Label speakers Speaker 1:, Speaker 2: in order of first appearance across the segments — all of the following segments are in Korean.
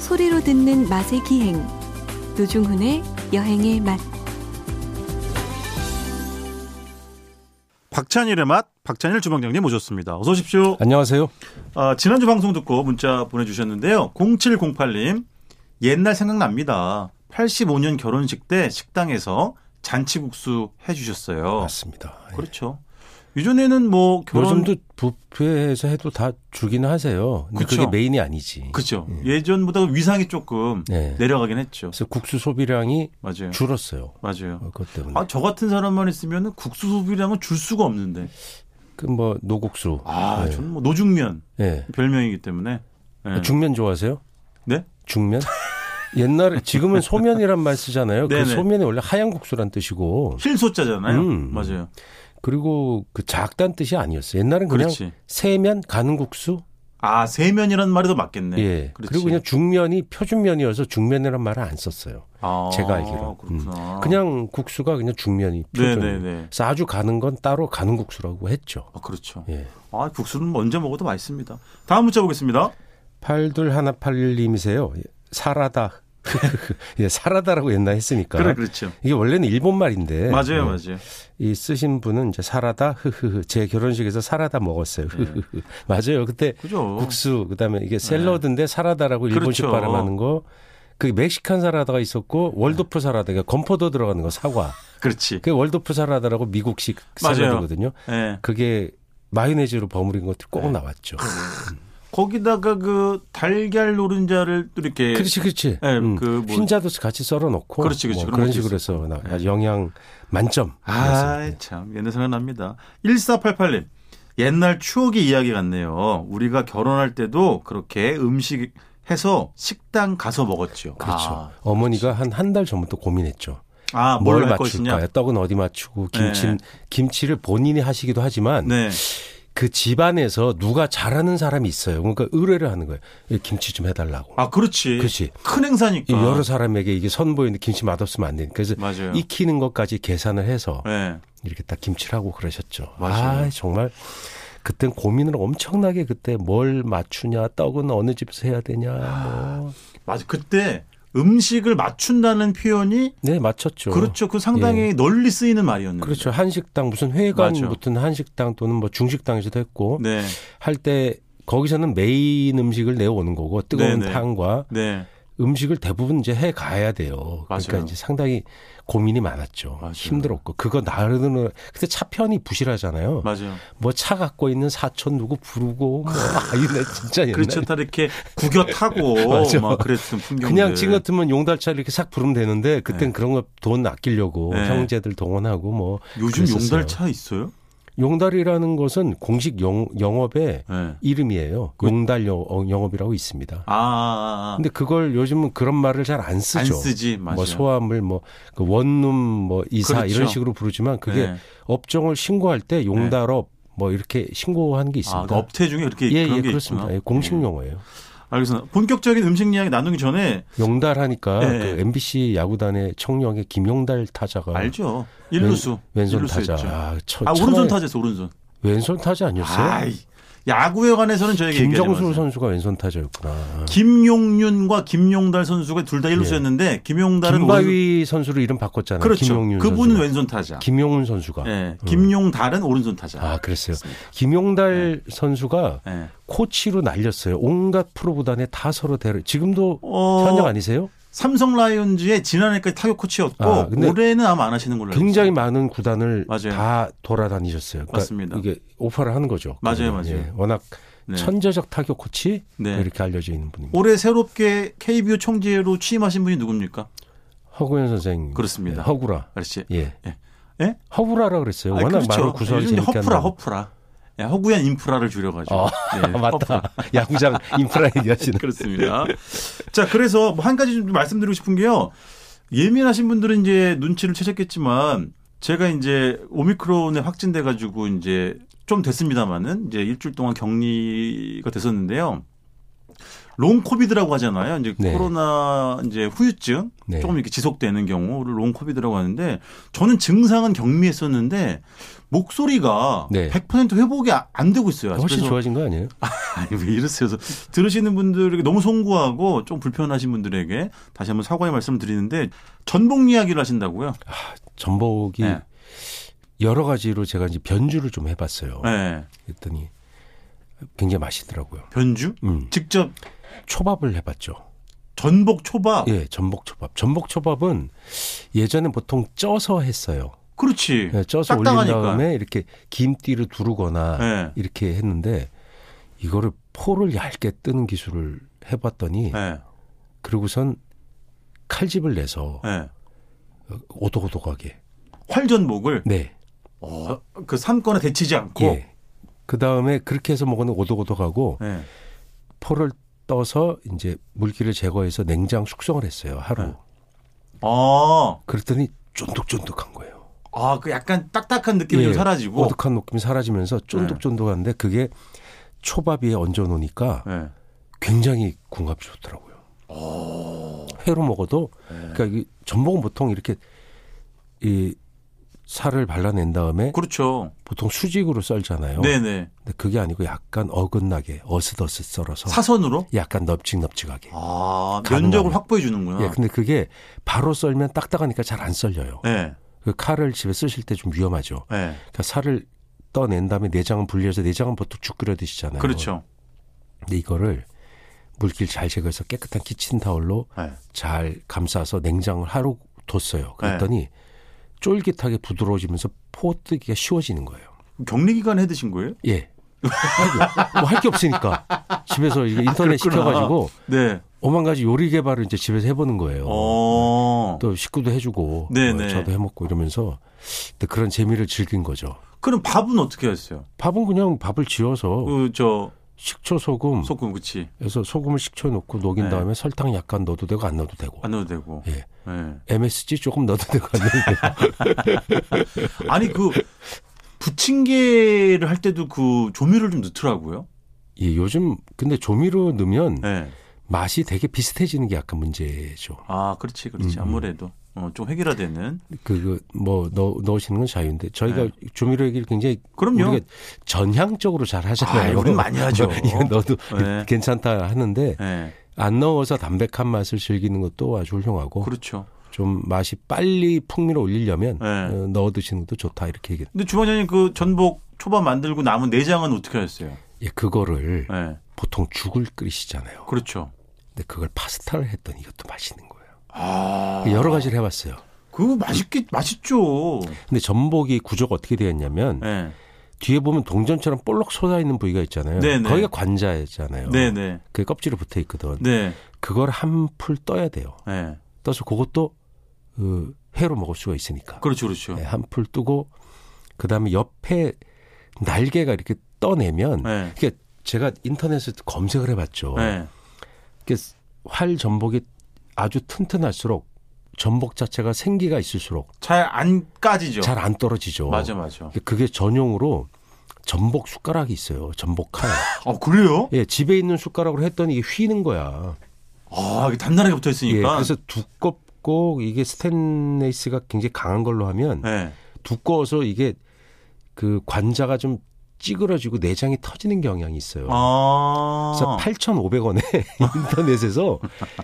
Speaker 1: 소리로 듣는 맛의 기행 노중훈의 여행의 맛
Speaker 2: 박찬일의 맛 박찬일 주방장님 모셨습니다. 어서 오십시오.
Speaker 3: 안녕하세요.
Speaker 2: 아, 지난주 방송 듣고 문자 보내주셨는데요. 0708님 옛날 생각납니다. 85년 결혼식 때 식당에서 잔치국수 해주셨어요.
Speaker 3: 맞습니다. 예.
Speaker 2: 그렇죠. 요즘에는 뭐 결혼
Speaker 3: 요즘도 부페에서 해도 다 주긴 하세요. 근데
Speaker 2: 그쵸.
Speaker 3: 그게 메인이 아니지.
Speaker 2: 그렇죠. 예전보다 위상이 조금
Speaker 3: 음. 네.
Speaker 2: 내려가긴 했죠.
Speaker 3: 그래서 국수 소비량이
Speaker 2: 맞아요.
Speaker 3: 줄었어요.
Speaker 2: 맞아요.
Speaker 3: 어, 그것 때문에.
Speaker 2: 예. 아, 저 같은 사람만 있으면 국수 소비량은 줄 수가 없는데.
Speaker 3: 그 뭐 노국수.
Speaker 2: 아,
Speaker 3: 예.
Speaker 2: 저는 뭐 노중면
Speaker 3: 예.
Speaker 2: 별명이기 때문에. 예.
Speaker 3: 아, 중면 좋아하세요?
Speaker 2: 네?
Speaker 3: 중면? 옛날에 지금은 소면이란 말 쓰잖아요. 그
Speaker 2: 네네.
Speaker 3: 소면이 원래 하얀 국수란 뜻이고
Speaker 2: 흰소자잖아요.
Speaker 3: 음.
Speaker 2: 맞아요.
Speaker 3: 그리고 그 작단 뜻이 아니었어요. 옛날엔 그냥
Speaker 2: 그렇지.
Speaker 3: 세면 가는 국수.
Speaker 2: 아, 세면이라는 말이 더 맞겠네.
Speaker 3: 예.
Speaker 2: 그렇지.
Speaker 3: 그리고 그냥 중면이 표준면이어서 중면이란 말을 안 썼어요.
Speaker 2: 아,
Speaker 3: 제가 알기로.
Speaker 2: 그렇구나.
Speaker 3: 그냥 국수가 그냥 중면이 표준.
Speaker 2: 어. 네네네.
Speaker 3: 그래서 아주 가는 건 따로 가는 국수라고 했죠.
Speaker 2: 아, 그렇죠.
Speaker 3: 예.
Speaker 2: 아, 국수는 뭐 언제 먹어도 맛있습니다. 다음 문자 보겠습니다.
Speaker 3: 8181님이세요. 살아다. 예, 살아다라고 옛날에 했으니까.
Speaker 2: 그래, 그렇죠.
Speaker 3: 이게 원래는 일본 말인데.
Speaker 2: 맞아요,
Speaker 3: 예.
Speaker 2: 맞아요.
Speaker 3: 이 쓰신 분은 이제 살아다 흐흐흐 제 결혼식에서 살아다 먹었어요. 흐흐흐. 맞아요. 그때
Speaker 2: 네. 그죠. 네.
Speaker 3: 국수 그다음에 이게 샐러드인데 살아다라고 일본식
Speaker 2: 그렇죠.
Speaker 3: 발음하는 거. 그 멕시칸 살아다가 있었고
Speaker 2: 네.
Speaker 3: 월드프 살아다 그러니까 건포도 들어가는 거 사과.
Speaker 2: 그렇지.
Speaker 3: 그게 월드프 살아다라고 미국식
Speaker 2: 맞아요.
Speaker 3: 샐러드거든요.
Speaker 2: 예.
Speaker 3: 그게 마요네즈로 버무린 것들이 꼭 나왔죠.
Speaker 2: 아, 거기다가 그 달걀 노른자를 또 이렇게
Speaker 3: 그렇지, 그렇지.
Speaker 2: 예,
Speaker 3: 음.
Speaker 2: 그 뭐-
Speaker 3: 흰자도 같이 썰어 놓고.
Speaker 2: 그렇지, 그렇지.
Speaker 3: 뭐
Speaker 2: 그런 것도
Speaker 3: 그런
Speaker 2: 네.
Speaker 3: 식으로 해서 나- 아주 영양 만점. 그래서
Speaker 2: 아, 참. 옛날 생각납니다. 1488님. 옛날 추억의 이야기 같네요. 우리가 결혼할 때도 그렇게 음식 해서 식당 가서 먹었죠.
Speaker 3: 그렇죠.
Speaker 2: 아,
Speaker 3: 어머니가 한 한 달 전부터 고민했죠.
Speaker 2: 아, 뭘
Speaker 3: 뭘
Speaker 2: 할
Speaker 3: 맞출까요?
Speaker 2: 것이냐.
Speaker 3: 떡은 어디 맞추고 김치
Speaker 2: 네.
Speaker 3: 김치를 본인이 하시기도 하지만
Speaker 2: 네.
Speaker 3: 그 집안에서 누가 잘하는 사람이 있어요. 그러니까 의뢰를 하는 거예요. 이 김치 좀 해달라고.
Speaker 2: 아, 그렇지.
Speaker 3: 그렇지.
Speaker 2: 큰
Speaker 3: 이
Speaker 2: 행사니까.
Speaker 3: 여러 사람에게 이게 선보이는데 김치 맛없으면 안 되니까 그래서
Speaker 2: 아. 맞아요.
Speaker 3: 익히는 것까지 계산을 해서
Speaker 2: 네.
Speaker 3: 이렇게 딱 김치를 하고 그러셨죠.
Speaker 2: 맞아요.
Speaker 3: 아, 정말 그땐 고민을 엄청나게 그때 뭘 맞추냐, 떡은 어느 집에서 해야 되냐. 뭐.
Speaker 2: 맞아. 그때 음식을 맞춘다는 표현이
Speaker 3: 네, 맞췄죠. 예.
Speaker 2: 그렇죠. 그 상당히 널리 쓰이는 말이었는데.
Speaker 3: 그렇죠. 한식당 무슨 회관
Speaker 2: 맞아.
Speaker 3: 붙은 한식당 또는 뭐 중식당에서도 했고
Speaker 2: 네.
Speaker 3: 할 때 거기서는 메인 음식을 내오는 거고 뜨거운
Speaker 2: 네, 네.
Speaker 3: 탕과
Speaker 2: 네.
Speaker 3: 음식을 대부분 이제 해 가야 돼요. 그러니까
Speaker 2: 맞아요.
Speaker 3: 이제 상당히 고민이 많았죠.
Speaker 2: 맞아요.
Speaker 3: 힘들었고 그거 나르는 그때 차편이 부실하잖아요.
Speaker 2: 맞아요.
Speaker 3: 뭐 차 갖고 있는 사촌 누구 부르고 뭐 아이나 진짜 옛날
Speaker 2: 그렇죠. 다 이렇게 구겨 타고
Speaker 3: 맞아.
Speaker 2: 막 그랬던 풍경들.
Speaker 3: 그냥 지금 같으면 용달차 이렇게 싹 부르면 되는데 그땐 그런 거 돈 아끼려고
Speaker 2: 네.
Speaker 3: 형제들 동원하고 뭐
Speaker 2: 요즘
Speaker 3: 그랬었어요.
Speaker 2: 용달차 있어요?
Speaker 3: 용달이라는 것은 공식 영, 영업의
Speaker 2: 네.
Speaker 3: 이름이에요. 용달 영, 어, 영업이라고 있습니다.
Speaker 2: 아, 아, 아.
Speaker 3: 근데 그걸 요즘은 그런 말을 잘 안 쓰죠.
Speaker 2: 안 쓰지. 맞아요.
Speaker 3: 뭐 소화물 뭐그 원룸 뭐 이사
Speaker 2: 그렇죠.
Speaker 3: 이런 식으로 부르지만 그게
Speaker 2: 네.
Speaker 3: 업종을 신고할 때 용달업 뭐 이렇게 신고한 게
Speaker 2: 아,
Speaker 3: 있습니다.
Speaker 2: 그 업체 중에 이렇게
Speaker 3: 예,
Speaker 2: 그런
Speaker 3: 예,
Speaker 2: 게
Speaker 3: 그렇습니다.
Speaker 2: 있구나.
Speaker 3: 예, 공식
Speaker 2: 예.
Speaker 3: 용어예요.
Speaker 2: 알겠습니다. 본격적인 음식 이야기 나누기 전에
Speaker 3: 용달 하니까
Speaker 2: 예, 예.
Speaker 3: 그 MBC 야구단의 청룡의 김용달 타자가
Speaker 2: 알죠. 일루수.
Speaker 3: 네. 왼, 왼손
Speaker 2: 일루수
Speaker 3: 타자.
Speaker 2: 했죠.
Speaker 3: 아, 처-
Speaker 2: 아,
Speaker 3: 처음에
Speaker 2: 오른손 타자였어, 오른손.
Speaker 3: 왼손 타자 아니었어요?
Speaker 2: 아이, 야구에 관해서는 저에게
Speaker 3: 김정수
Speaker 2: 얘기하지 마세요.
Speaker 3: 선수가 왼손 타자였구나. 아.
Speaker 2: 김용윤과 김용달 선수가 둘 다 일루수였는데 김용달은 오른손-
Speaker 3: 예. 김바위 선수로 이름 바꿨잖아요.
Speaker 2: 그렇죠.
Speaker 3: 김용윤
Speaker 2: 그분은
Speaker 3: 선수가. 아,
Speaker 2: 왼손 타자.
Speaker 3: 김용훈 선수가.
Speaker 2: 예, 김용달은 오른손 타자.
Speaker 3: 아, 그랬어요.
Speaker 2: 그렇습니다.
Speaker 3: 김용달 선수가
Speaker 2: 예.
Speaker 3: 코치로 날렸어요. 온갖 프로구단에 다 서로 대를. 지금도
Speaker 2: 어,
Speaker 3: 현역 아니세요?
Speaker 2: 삼성 라이온즈의 지난해까지 타격 코치였고
Speaker 3: 아, 근데
Speaker 2: 올해는 아마 안 하시는 걸로 알고
Speaker 3: 굉장히
Speaker 2: 있어요.
Speaker 3: 많은 구단을
Speaker 2: 맞아요.
Speaker 3: 다 돌아다니셨어요. 그러니까
Speaker 2: 맞습니다.
Speaker 3: 이게 오퍼를 하는 거죠.
Speaker 2: 맞아요,
Speaker 3: 그러면.
Speaker 2: 맞아요.
Speaker 3: 예, 워낙
Speaker 2: 네.
Speaker 3: 천재적 타격 코치
Speaker 2: 네.
Speaker 3: 이렇게 알려져 있는 분입니다.
Speaker 2: 올해 새롭게 KBO 총재로 취임하신 분이 누굽니까?
Speaker 3: 허구현 선생님.
Speaker 2: 그렇습니다.
Speaker 3: 예, 허구라.
Speaker 2: 그렇지.
Speaker 3: 예.
Speaker 2: 예. 예? 그렇죠.
Speaker 3: 허구라라 그랬어요. 워낙 말을 구수하게
Speaker 2: 요즘
Speaker 3: 재밌게
Speaker 2: 허프라
Speaker 3: 하는 분.
Speaker 2: 허프라. 예, 허구현 인프라를 줄여가지고.
Speaker 3: 아,
Speaker 2: 예, 허프라.
Speaker 3: 맞다. 야구장 인프라 얘기하시는.
Speaker 2: 그렇습니다. 자, 그래서 뭐한 가지 좀 말씀드리고 싶은 게요. 예민하신 분들은 이제 눈치를 채셨겠지만 제가 이제 오미크론에 확진돼 가지고 이제 좀 됐습니다만은 이제 일주일 동안 격리가 됐었는데요. 롱 코비드라고 하잖아요. 이제
Speaker 3: 네.
Speaker 2: 코로나 이제 후유증
Speaker 3: 네.
Speaker 2: 조금 이렇게 지속되는 경우를 롱 코비드라고 하는데 저는 증상은 경미했었는데 목소리가
Speaker 3: 네.
Speaker 2: 100% 회복이 아- 안 되고 있어요. 아직.
Speaker 3: 훨씬
Speaker 2: 그래서
Speaker 3: 좋아진 거 아니에요?
Speaker 2: 아니, 왜 이러세요? 그래서 들으시는 분들에게 너무 송구하고 좀 불편하신 분들에게 다시 한번 사과의 말씀을 드리는데 전복 이야기를 하신다고요?
Speaker 3: 전복이
Speaker 2: 네.
Speaker 3: 여러 가지로 제가 이제 변주를 좀 해봤어요.
Speaker 2: 네.
Speaker 3: 그랬더니 굉장히 맛있더라고요.
Speaker 2: 변주?
Speaker 3: 음.
Speaker 2: 직접
Speaker 3: 초밥을 해봤죠.
Speaker 2: 전복 초밥.
Speaker 3: 예, 전복 초밥. 전복 초밥은 예전에 보통 쪄서 했어요.
Speaker 2: 그렇지.
Speaker 3: 예, 쪄서 올린
Speaker 2: 딱딱하니까.
Speaker 3: 다음에 이렇게 김띠를 두르거나
Speaker 2: 네.
Speaker 3: 이렇게 했는데 이거를 포를 얇게 뜨는 기술을 해봤더니
Speaker 2: 네.
Speaker 3: 그리고선 칼집을 내서
Speaker 2: 네.
Speaker 3: 오독오독하게.
Speaker 2: 활전복을
Speaker 3: 네.
Speaker 2: 어, 그 삼거나 데치지 않고.
Speaker 3: 예. 그 다음에 그렇게 해서 먹으면 오독오독하고
Speaker 2: 네.
Speaker 3: 포를 떠서 이제 물기를 제거해서 냉장 숙성을 했어요 하루.
Speaker 2: 네. 아,
Speaker 3: 그랬더니 쫀득쫀득한 거예요.
Speaker 2: 아, 그 약간 딱딱한 느낌이
Speaker 3: 예.
Speaker 2: 좀 사라지고.
Speaker 3: 오독한 느낌이 사라지면서 쫀득쫀득한데 그게 초밥 위에 얹어 놓으니까
Speaker 2: 네.
Speaker 3: 굉장히 궁합이 좋더라고요. 회로 먹어도 그러니까 이 전복은 보통 이렇게 이 살을 발라낸 다음에
Speaker 2: 그렇죠.
Speaker 3: 보통 수직으로 썰잖아요.
Speaker 2: 네네.
Speaker 3: 근데 그게 아니고 약간 어긋나게 어슷어슷 썰어서
Speaker 2: 사선으로?
Speaker 3: 약간 넙직넙직하게.
Speaker 2: 아,
Speaker 3: 가능하네.
Speaker 2: 면적을 확보해 주는구나.
Speaker 3: 예, 근데 그게 바로 썰면 딱딱하니까 잘 안 썰려요.
Speaker 2: 네.
Speaker 3: 그 칼을 집에 쓰실 때 좀 위험하죠.
Speaker 2: 네.
Speaker 3: 그러니까 살을 떠낸 다음에 내장은 분리해서 내장은 보통 죽 끓여 드시잖아요.
Speaker 2: 그렇죠.
Speaker 3: 근데 이거를 물기를 잘 제거해서 깨끗한 키친 타올로
Speaker 2: 네.
Speaker 3: 잘 감싸서 냉장을 하루 뒀어요. 그랬더니
Speaker 2: 네.
Speaker 3: 쫄깃하게 부드러워지면서 포 뜨기가 쉬워지는 거예요.
Speaker 2: 격리 기간 해 드신 거예요?
Speaker 3: 예. 뭐 할 게 없으니까 집에서 이게 인터넷
Speaker 2: 아, 그렇구나.
Speaker 3: 시켜가지고
Speaker 2: 네.
Speaker 3: 오만 가지 요리 개발을 이제 집에서 해보는 거예요.
Speaker 2: 어.
Speaker 3: 또 식구도 해주고
Speaker 2: 네,
Speaker 3: 어,
Speaker 2: 네.
Speaker 3: 저도 해먹고 이러면서 근데 그런 재미를 즐긴 거죠.
Speaker 2: 그럼 밥은 어떻게 했어요?
Speaker 3: 밥은 그냥 밥을 지어서
Speaker 2: 그 저
Speaker 3: 식초 소금
Speaker 2: 소금 그치
Speaker 3: 그래서 소금을 식초에 넣고 녹인
Speaker 2: 네. 아.
Speaker 3: 다음에 설탕 약간 넣어도 되고 안 넣어도 되고
Speaker 2: 안 넣어도 되고.
Speaker 3: 예.
Speaker 2: 네.
Speaker 3: MSG 조금 넣어도 되고 안 넣어도 되고
Speaker 2: 아니 그 부침개를 할 때도 그 조미료를 좀 넣더라고요.
Speaker 3: 예, 요즘 근데 조미료 넣으면
Speaker 2: 네.
Speaker 3: 맛이 되게 비슷해지는 게 약간 문제죠.
Speaker 2: 아, 그렇지, 그렇지.
Speaker 3: 음, 음.
Speaker 2: 아무래도 어, 좀 해결화되는.
Speaker 3: 그뭐 넣 넣으시는 건 자유인데 저희가
Speaker 2: 네.
Speaker 3: 조미료 얘기를 굉장히
Speaker 2: 그럼요.
Speaker 3: 우리가 전향적으로 잘
Speaker 2: 아,
Speaker 3: 하잖아요.
Speaker 2: 우린 많이 하죠.
Speaker 3: 이거 넣어도
Speaker 2: 네.
Speaker 3: 괜찮다 하는데
Speaker 2: 네.
Speaker 3: 안 넣어서 담백한 맛을 즐기는 것도 아주 훌륭하고
Speaker 2: 그렇죠.
Speaker 3: 좀 맛이 빨리 풍미를 올리려면
Speaker 2: 네.
Speaker 3: 어, 넣어 드시는 것도 좋다 이렇게 얘기.
Speaker 2: 근데 주방장님 그 전복 초밥 만들고 남은 내장은 어떻게 하셨어요?
Speaker 3: 예, 그거를
Speaker 2: 네.
Speaker 3: 보통 죽을 끓이시잖아요.
Speaker 2: 그렇죠.
Speaker 3: 근데 그걸 파스타를 했더니 이것도 맛있는 거예요.
Speaker 2: 아.
Speaker 3: 여러 가지를 해봤어요.
Speaker 2: 그거 맛있게 맛있죠.
Speaker 3: 근데 전복이 구조가 어떻게 되었냐면
Speaker 2: 네.
Speaker 3: 뒤에 보면 동전처럼 볼록 솟아 있는 부위가 있잖아요.
Speaker 2: 네네.
Speaker 3: 거기가 관자잖아요.
Speaker 2: 네, 네.
Speaker 3: 그 껍질에 붙어 있거든.
Speaker 2: 네.
Speaker 3: 그걸 한 풀 떠야 돼요.
Speaker 2: 네.
Speaker 3: 떠서 그것도 그 회로 먹을 수가 있으니까.
Speaker 2: 그렇죠, 그렇죠. 네.
Speaker 3: 한 풀 뜨고 그다음에 옆에 날개가 이렇게 떠내면
Speaker 2: 네.
Speaker 3: 그러니까 제가 인터넷에 서 검색을 해봤죠.
Speaker 2: 네.
Speaker 3: 이렇게 활 전복이 아주 튼튼할수록 전복 자체가 생기가 있을수록
Speaker 2: 잘안 까지죠.
Speaker 3: 잘 안 떨어지죠.
Speaker 2: 예. 맞아, 맞아.
Speaker 3: 그게 전용으로 전복 숟가락이 있어요. 전복 칼.
Speaker 2: 아, 그래요?
Speaker 3: 예, 집에 있는 숟가락으로 했더니 이게 휘는 거야.
Speaker 2: 아, 이게 단단하게 붙어
Speaker 3: 예,
Speaker 2: 있으니까.
Speaker 3: 그래서 두껍고 이게 스테인레이스가 굉장히 강한 걸로 하면
Speaker 2: 네.
Speaker 3: 두꺼워서 이게 그 관자가 좀 찌그러지고 내장이 터지는 경향이 있어요.
Speaker 2: 아.
Speaker 3: 그래서 8,500원에 인터넷에서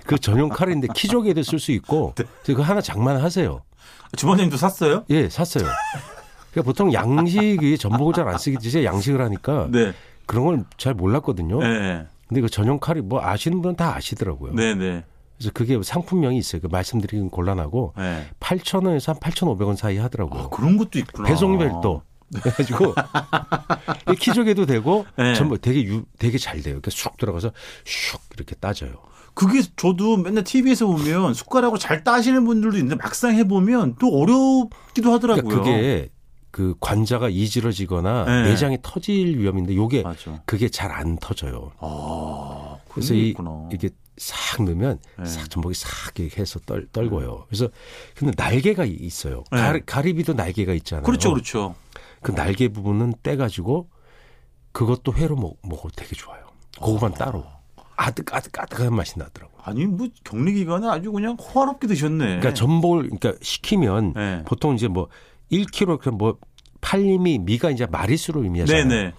Speaker 3: 그 전용 칼인데 키조개도 쓸 수 있고
Speaker 2: 네.
Speaker 3: 그래서 그거 하나 장만하세요.
Speaker 2: 주방장님도 샀어요?
Speaker 3: 예, 샀어요. 그러니까 보통 양식이 전복을 잘 안 쓰기 이제 양식을 하니까
Speaker 2: 네.
Speaker 3: 그런 걸 잘 몰랐거든요.
Speaker 2: 네.
Speaker 3: 근데 그 전용 칼이 뭐 아시는 분은 다 아시더라고요.
Speaker 2: 네, 네.
Speaker 3: 그래서 그게 상품명이 있어요. 그 말씀드리긴 곤란하고
Speaker 2: 네.
Speaker 3: 8,000원에서 한 8,500원 사이
Speaker 2: 아,
Speaker 3: 하더라고요.
Speaker 2: 그런 것도 있구나.
Speaker 3: 배송이 별도. 그래가지고 이 키조개도 되고
Speaker 2: 네.
Speaker 3: 전부 되게 유, 되게 잘 돼요. 이렇게 쑥 들어가서 슉 이렇게 따져요.
Speaker 2: 그게 저도 맨날 TV에서 보면 숟가락으로 잘 따시는 분들도 있는데 막상 해보면 또 어렵기도 하더라고요.
Speaker 3: 그러니까 그게 그 관자가 이질어지거나
Speaker 2: 네.
Speaker 3: 내장이 터질 위험인데 요게
Speaker 2: 맞아.
Speaker 3: 그게 잘 안 터져요.
Speaker 2: 아, 그런
Speaker 3: 그래서
Speaker 2: 게
Speaker 3: 이-
Speaker 2: 있구나.
Speaker 3: 이게 싹 넣으면
Speaker 2: 네.
Speaker 3: 싹 전복이 싹 이렇게 해서 떨, 떨고요. 그래서 근데 날개가 이- 있어요.
Speaker 2: 네.
Speaker 3: 가리, 가리비도 날개가 있잖아요.
Speaker 2: 그렇죠, 그렇죠.
Speaker 3: 그 날개 부분은 떼가지고 그것도 회로 먹, 먹어도 되게 좋아요. 그거만 따로. 아득아득아득한 맛이 나더라고요.
Speaker 2: 아니 뭐 격리 기간에 아주 그냥 호화롭게 드셨네.
Speaker 3: 그러니까 전복을 그러니까 시키면
Speaker 2: 네.
Speaker 3: 보통 이제 뭐 1kg 그냥 뭐 팔림이 미가 이제 마리수를 의미하잖아요.
Speaker 2: 네네.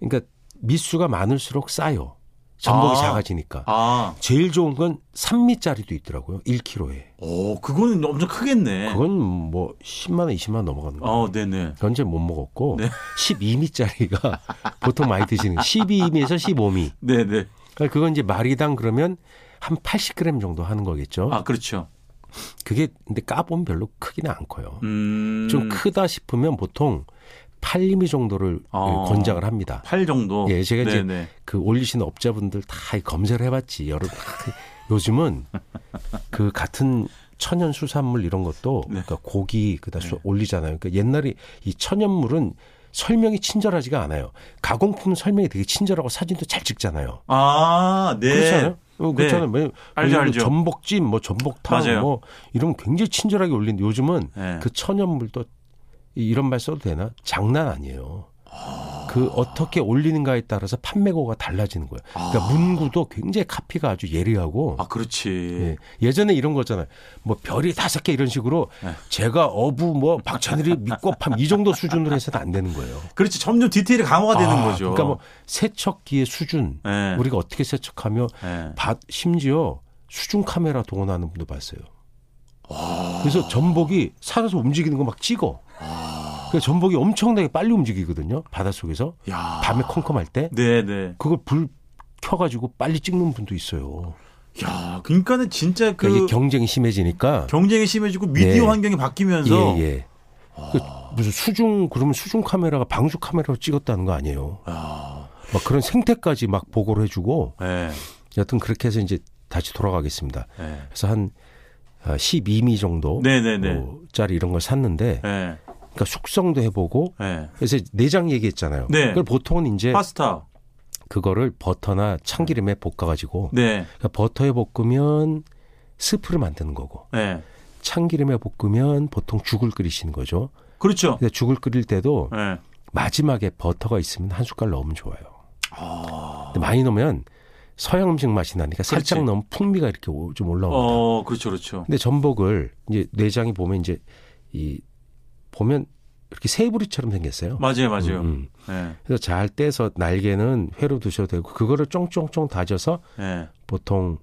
Speaker 3: 그러니까 미수가 많을수록 싸요. 전복이
Speaker 2: 아.
Speaker 3: 작아지니까.
Speaker 2: 아,
Speaker 3: 제일 좋은 건 3미짜리도 있더라고요. 1kg에.
Speaker 2: 오, 어, 그거는 엄청 크겠네.
Speaker 3: 그건 뭐 10만 원, 20만 원 넘어가는 거.
Speaker 2: 어, 네네.
Speaker 3: 현제못 먹었고
Speaker 2: 네.
Speaker 3: 12미짜리가 보통 많이 드시는 12미에서 15미.
Speaker 2: 네네.
Speaker 3: 그러니까 그건 이제 마리당 그러면 한 80g 정도 하는 거겠죠.
Speaker 2: 아, 그렇죠.
Speaker 3: 그게 근데 까보면 별로 크기는 않고요.
Speaker 2: 음.
Speaker 3: 좀 크다 싶으면 보통 8리미 정도를
Speaker 2: 어.
Speaker 3: 권장을 합니다.
Speaker 2: 팔 정도.
Speaker 3: 예, 제가 이제
Speaker 2: 네네.
Speaker 3: 그 올리신 업자분들 다 검사를 해봤지. 여러 요즘은 그 같은 천연 수산물 이런 것도
Speaker 2: 네.
Speaker 3: 그러니까 고기 그다 수 올리잖아요. 그러니까 옛날에 이 천연물은 설명이 친절하지가 않아요. 가공품은 설명이 되게 친절하고 사진도 잘 찍잖아요.
Speaker 2: 아, 네.
Speaker 3: 그렇잖아요. 어, 그렇잖아요. 뭐,
Speaker 2: 알죠,
Speaker 3: 뭐
Speaker 2: 알죠.
Speaker 3: 전복찜, 뭐 전복탕,
Speaker 2: 맞아요.
Speaker 3: 뭐 이런 거 굉장히 친절하게 올리는데 요즘은
Speaker 2: 네.
Speaker 3: 그 천연물도 이- 이런 말 써도 되나? 장난 아니에요. 그 어떻게 올리는가에 따라서 판매고가 달라지는 거예요. 그러니까 문구도 굉장히 카피가 아주 예리하고
Speaker 2: 아, 그렇지.
Speaker 3: 예. 예전에 이런 거잖아요. 뭐 별이 다섯 개 이런 식으로
Speaker 2: 네.
Speaker 3: 제가 어부 뭐 박찬일이 밑곱함 이 정도 수준으로 해서는 안 되는 거예요.
Speaker 2: 그렇지. 점점 디테일이 강화가 되는
Speaker 3: 아,
Speaker 2: 거죠.
Speaker 3: 그러니까 뭐 세척기의 수준
Speaker 2: 네.
Speaker 3: 우리가 어떻게 세척하며
Speaker 2: 예.
Speaker 3: 바- 심지어 수중 카메라 동원하는 분도 봤어요. 그래서 전복이 살아서 움직이는 거 막 찍어. 그 전복이 엄청나게 빨리 움직이거든요. 바닷속에서
Speaker 2: 야.
Speaker 3: 밤에 컴컴할 때
Speaker 2: 네네.
Speaker 3: 그걸 불 켜가지고 빨리 찍는 분도 있어요.
Speaker 2: 야, 그러니까는 진짜
Speaker 3: 그러니까
Speaker 2: 그
Speaker 3: 이게 경쟁이 심해지니까
Speaker 2: 경쟁이 심해지고 미디어
Speaker 3: 예.
Speaker 2: 환경이 바뀌면서
Speaker 3: 예, 예. 그 무슨 수중 그러면 수중 카메라가 방수 카메라로 찍었다는 거 아니에요.
Speaker 2: 아,
Speaker 3: 막 그런 생태까지 막 보고를 해주고
Speaker 2: 예.
Speaker 3: 여튼 그렇게 해서 이제 다시 돌아가겠습니다.
Speaker 2: 예.
Speaker 3: 그래서 한 아, 12미 정도
Speaker 2: 네네네.
Speaker 3: 뭐 짜리 이런 걸 샀는데
Speaker 2: 예.
Speaker 3: 그러니까 숙성도 해보고
Speaker 2: 예.
Speaker 3: 그래서 내장 얘기했잖아요.
Speaker 2: 네.
Speaker 3: 그걸 보통은 이제
Speaker 2: 파스타.
Speaker 3: 그거를 버터나 참기름에 볶아가지고
Speaker 2: 네.
Speaker 3: 그러니까 버터에 볶으면 스프를 만드는 거고
Speaker 2: 예.
Speaker 3: 참기름에 볶으면 보통 죽을 끓이시는 거죠.
Speaker 2: 그렇죠.
Speaker 3: 근데 죽을 끓일 때도
Speaker 2: 예.
Speaker 3: 마지막에 버터가 있으면 한 숟갈 넣으면 좋아요.
Speaker 2: 아.
Speaker 3: 근데 많이 넣으면 서양 음식 맛이 나니까 살짝
Speaker 2: 그렇지.
Speaker 3: 넣으면 풍미가 이렇게 오- 좀 올라옵니다.
Speaker 2: 어, 그렇죠. 그렇죠.
Speaker 3: 근데 전복을 이제 내장이 보면 이제 이 보면 이렇게 새부리처럼 생겼어요.
Speaker 2: 맞아요. 맞아요.
Speaker 3: 음, 음.
Speaker 2: 예.
Speaker 3: 그래서 잘 떼서 날개는 회로 드셔도 되고 그거를 쫑쫑쫑 다져서
Speaker 2: 예.
Speaker 3: 보통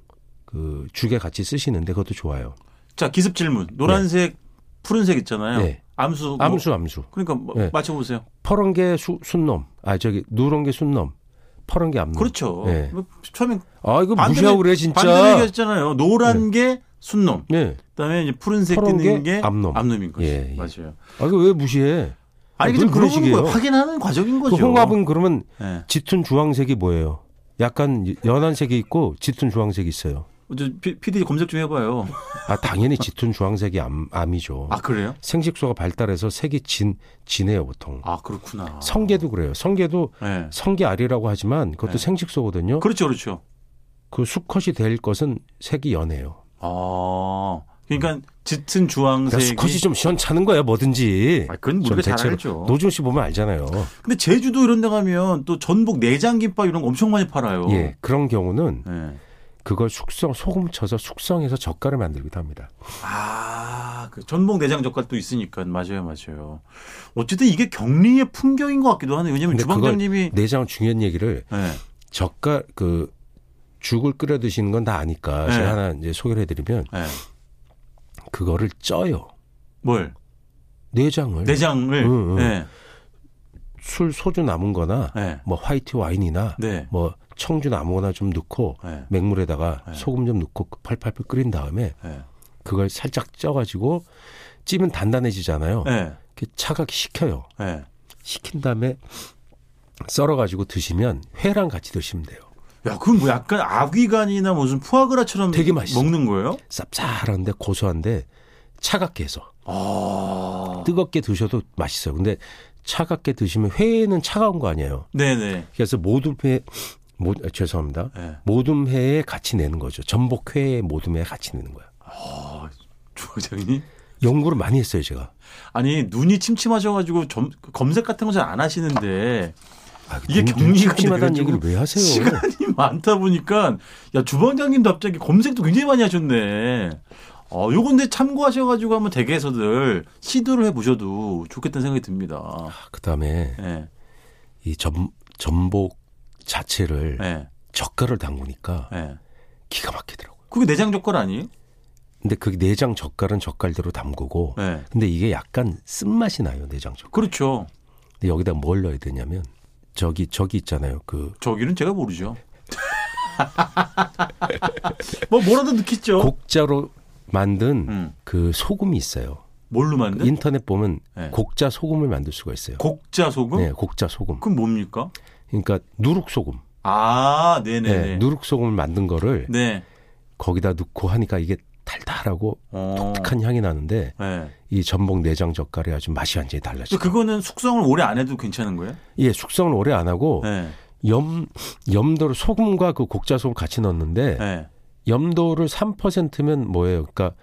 Speaker 3: 그 죽에 같이 쓰시는데 그것도 좋아요.
Speaker 2: 자, 기습 질문. 노란색, 푸른색 있잖아요.
Speaker 3: 네.
Speaker 2: 암수. 뭐-
Speaker 3: 암수 암수.
Speaker 2: 그러니까 뭐-
Speaker 3: 네.
Speaker 2: 맞춰보세요.
Speaker 3: 퍼런 게 수- 순놈. 아 저기 누런 게 순놈. 퍼런 게 암놈.
Speaker 2: 그렇죠.
Speaker 3: 네.
Speaker 2: 뭐 처음에
Speaker 3: 아 이거
Speaker 2: 반대로-
Speaker 3: 무시하고 그래 진짜.
Speaker 2: 반대로 얘기했잖아요. 노란 게 순놈.
Speaker 3: 네.
Speaker 2: 그다음에 이제 푸른색
Speaker 3: 푸른
Speaker 2: 띠는
Speaker 3: 게
Speaker 2: 게
Speaker 3: 암놈.
Speaker 2: 암놈인 거죠.
Speaker 3: 예, 예.
Speaker 2: 맞아요.
Speaker 3: 아 이거 왜 무시해?
Speaker 2: 아니
Speaker 3: 아,
Speaker 2: 그냥
Speaker 3: 늘
Speaker 2: 그런 거예요.
Speaker 3: 그런 식이에요.
Speaker 2: 확인하는 과정인
Speaker 3: 그
Speaker 2: 거죠.
Speaker 3: 홍합은 그러면
Speaker 2: 예.
Speaker 3: 짙은 주황색이 뭐예요? 약간 연한 색이 있고 짙은 주황색이 있어요.
Speaker 2: 저 피- PD 검색 좀 해봐요.
Speaker 3: 아 당연히 짙은 주황색이 암, 암이죠.
Speaker 2: 아 그래요?
Speaker 3: 생식소가 발달해서 색이 진 진해요 보통.
Speaker 2: 아 그렇구나.
Speaker 3: 성게도 그래요. 성게도
Speaker 2: 예.
Speaker 3: 성게 알이라고 하지만 그것도
Speaker 2: 네.
Speaker 3: 생식소거든요. 그,
Speaker 2: 그렇죠, 그렇죠.
Speaker 3: 수컷이 될 것은 색이 연해요.
Speaker 2: 아 그러니까 짙은 주황색.
Speaker 3: 그러니까 수컷이 좀 시원찮은 거야 뭐든지.
Speaker 2: 아, 그건
Speaker 3: 저는
Speaker 2: 우리가 잘
Speaker 3: 대체로
Speaker 2: 알죠. 그렇죠.
Speaker 3: 노지훈 씨 보면 알잖아요.
Speaker 2: 근데 제주도 이런 데 가면 또 전복 내장김밥 이런 거 엄청 많이 팔아요.
Speaker 3: 예, 그런 경우는
Speaker 2: 예.
Speaker 3: 그걸 숙성 소금 쳐서 숙성해서 젓갈을 만들기도 합니다.
Speaker 2: 아, 그 전복 내장 젓갈도 있으니까 맞아요, 맞아요. 어쨌든 이게 격리의 풍경인 것 같기도 하네요. 왜냐하면
Speaker 3: 근데 그걸 음.
Speaker 2: 주방장님이
Speaker 3: 내장 중요한 얘기를
Speaker 2: 예.
Speaker 3: 젓갈 그 죽을 끓여 드시는 건 다 아니까
Speaker 2: 네.
Speaker 3: 제가 하나 이제 소개를 해드리면
Speaker 2: 예.
Speaker 3: 그거를 쪄요.
Speaker 2: 뭘
Speaker 3: 내장을
Speaker 2: 네. 내장을
Speaker 3: 응, 응.
Speaker 2: 예.
Speaker 3: 술 소주 남은 거나
Speaker 2: 예.
Speaker 3: 뭐 화이트 와인이나
Speaker 2: 네.
Speaker 3: 뭐 청주 나무거나 좀 넣고
Speaker 2: 예.
Speaker 3: 맹물에다가
Speaker 2: 네.
Speaker 3: 소금 좀 넣고 팔팔팔 끓인 다음에
Speaker 2: 예.
Speaker 3: 그걸 살짝 쪄가지고 찜은 단단해지잖아요.
Speaker 2: 예.
Speaker 3: 이렇게 차갑게 식혀요.
Speaker 2: 예.
Speaker 3: 식힌 다음에 썰어가지고 드시면 회랑 같이 드시면 돼요.
Speaker 2: 야, 그건 뭐 약간 아귀간이나 무슨 푸아그라처럼
Speaker 3: 되게 맛있어.
Speaker 2: 먹는 거예요?
Speaker 3: 쌉쌀한데 고소한데 차갑게 해서
Speaker 2: 아.
Speaker 3: 뜨겁게 드셔도 맛있어요. 근데 차갑게 드시면 회는 차가운 거 아니에요.
Speaker 2: 네네.
Speaker 3: 그래서 모둠회 모, 아, 죄송합니다.
Speaker 2: 예.
Speaker 3: 모둠회에 같이 내는 거죠. 전복회에 모둠회에 같이 내는 거야.
Speaker 2: 아, 주방장님.
Speaker 3: 연구를 많이 했어요 제가.
Speaker 2: 아니, 눈이 침침하셔가지고 점- 검색 같은 거 잘 안 하시는데
Speaker 3: 아,
Speaker 2: 이게
Speaker 3: 눈-
Speaker 2: 경리가 그
Speaker 3: 심심하다는
Speaker 2: 돼가지고
Speaker 3: 얘기를 왜 하세요?
Speaker 2: 시간이 많다 보니까 야, 주방장님도 갑자기 검색도 굉장히 많이 하셨네. 어, 요건 근데 참고하셔가지고 한번 대개에서들 시도를 해보셔도 좋겠다는 생각이 듭니다.
Speaker 3: 그다음에
Speaker 2: 예.
Speaker 3: 이 전, 전복 자체를
Speaker 2: 예.
Speaker 3: 젓갈을 담그니까
Speaker 2: 예.
Speaker 3: 기가 막히더라고요.
Speaker 2: 그게 내장 젓갈 아니에요?
Speaker 3: 근데 그 내장 젓갈은 젓갈대로 담그고
Speaker 2: 예.
Speaker 3: 근데 이게 약간 쓴맛이 나요 내장 젓갈.
Speaker 2: 그렇죠.
Speaker 3: 근데 여기다 뭘 넣어야 되냐면 저기 저기 있잖아요 그
Speaker 2: 저기는 제가 모르죠. 뭐 뭐라도 넣겠죠.
Speaker 3: 곡자로 만든
Speaker 2: 음.
Speaker 3: 그 소금이 있어요.
Speaker 2: 뭘로 만든?
Speaker 3: 인터넷 보면
Speaker 2: 네.
Speaker 3: 곡자 소금을 만들 수가 있어요.
Speaker 2: 곡자 소금?
Speaker 3: 네, 곡자 소금.
Speaker 2: 그럼 뭡니까?
Speaker 3: 그러니까 누룩 소금.
Speaker 2: 아,
Speaker 3: 네,
Speaker 2: 네네네.
Speaker 3: 누룩 소금을 만든 거를
Speaker 2: 네.
Speaker 3: 거기다 넣고 하니까 이게 달달하고
Speaker 2: 어.
Speaker 3: 독특한 향이 나는데
Speaker 2: 네.
Speaker 3: 이 전복 내장 젓갈이 아주 맛이 완전히 달라져.
Speaker 2: 근데
Speaker 3: 요
Speaker 2: 그거는 숙성을 오래 안 해도 괜찮은 거예요?
Speaker 3: 예, 숙성을 오래 안 하고
Speaker 2: 네.
Speaker 3: 염 염도를 소금과 그 곡자 소금 같이 넣었는데
Speaker 2: 네.
Speaker 3: 염도를 3%면 뭐예요? 그러니까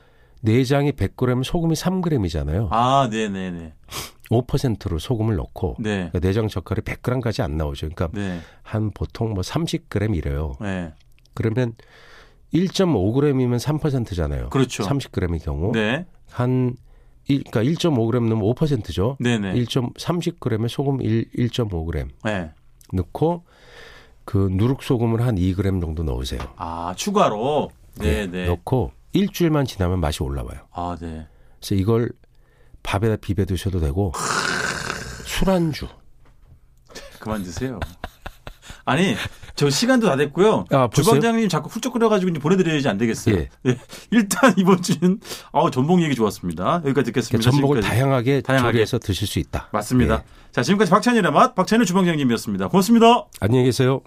Speaker 3: 내장이 100g 소금이 3g이잖아요.
Speaker 2: 아, 네네네.
Speaker 3: 5%로 소금을 넣고
Speaker 2: 네.
Speaker 3: 그러니까 내장 젓갈이 100g까지 안 나오죠. 그러니까
Speaker 2: 네.
Speaker 3: 한 보통 뭐 30g 이래요.
Speaker 2: 네.
Speaker 3: 그러면 1.5g이면 3%잖아요.
Speaker 2: 그렇죠.
Speaker 3: 30g의 경우
Speaker 2: 네.
Speaker 3: 한 일, 그러니까 1.5g 넣으면 5%죠.
Speaker 2: 네네.
Speaker 3: 1.30g에 소금 1, 1.5g
Speaker 2: 네.
Speaker 3: 넣고 그 누룩 소금을 한 2g 정도 넣으세요.
Speaker 2: 아, 추가로?
Speaker 3: 예,
Speaker 2: 네네.
Speaker 3: 넣고 일주일만 지나면 맛이 올라와요.
Speaker 2: 아, 네.
Speaker 3: 그래서 이걸 밥에다 비벼 드셔도 되고 술안주. 그러니까
Speaker 2: 그만 드세요. 아니, 저 시간도 다 됐고요.
Speaker 3: 아, 벌써요?
Speaker 2: 주방장님 자꾸 훌쩍 끓여가지고 이제 보내드려야지 안 되겠어요.
Speaker 3: 예.
Speaker 2: 예. 일단 이번 주는 아우 전복 얘기 좋았습니다. 여기까지 듣겠습니다.
Speaker 3: 그러니까 전복을
Speaker 2: 지금까지.
Speaker 3: 다양하게,
Speaker 2: 다양하게.
Speaker 3: 조리해서 드실 수 있다.
Speaker 2: 맞습니다.
Speaker 3: 예.
Speaker 2: 자 지금까지 박찬일의 맛 박찬일 주방장님이었습니다. 고맙습니다.
Speaker 3: 안녕히 계세요.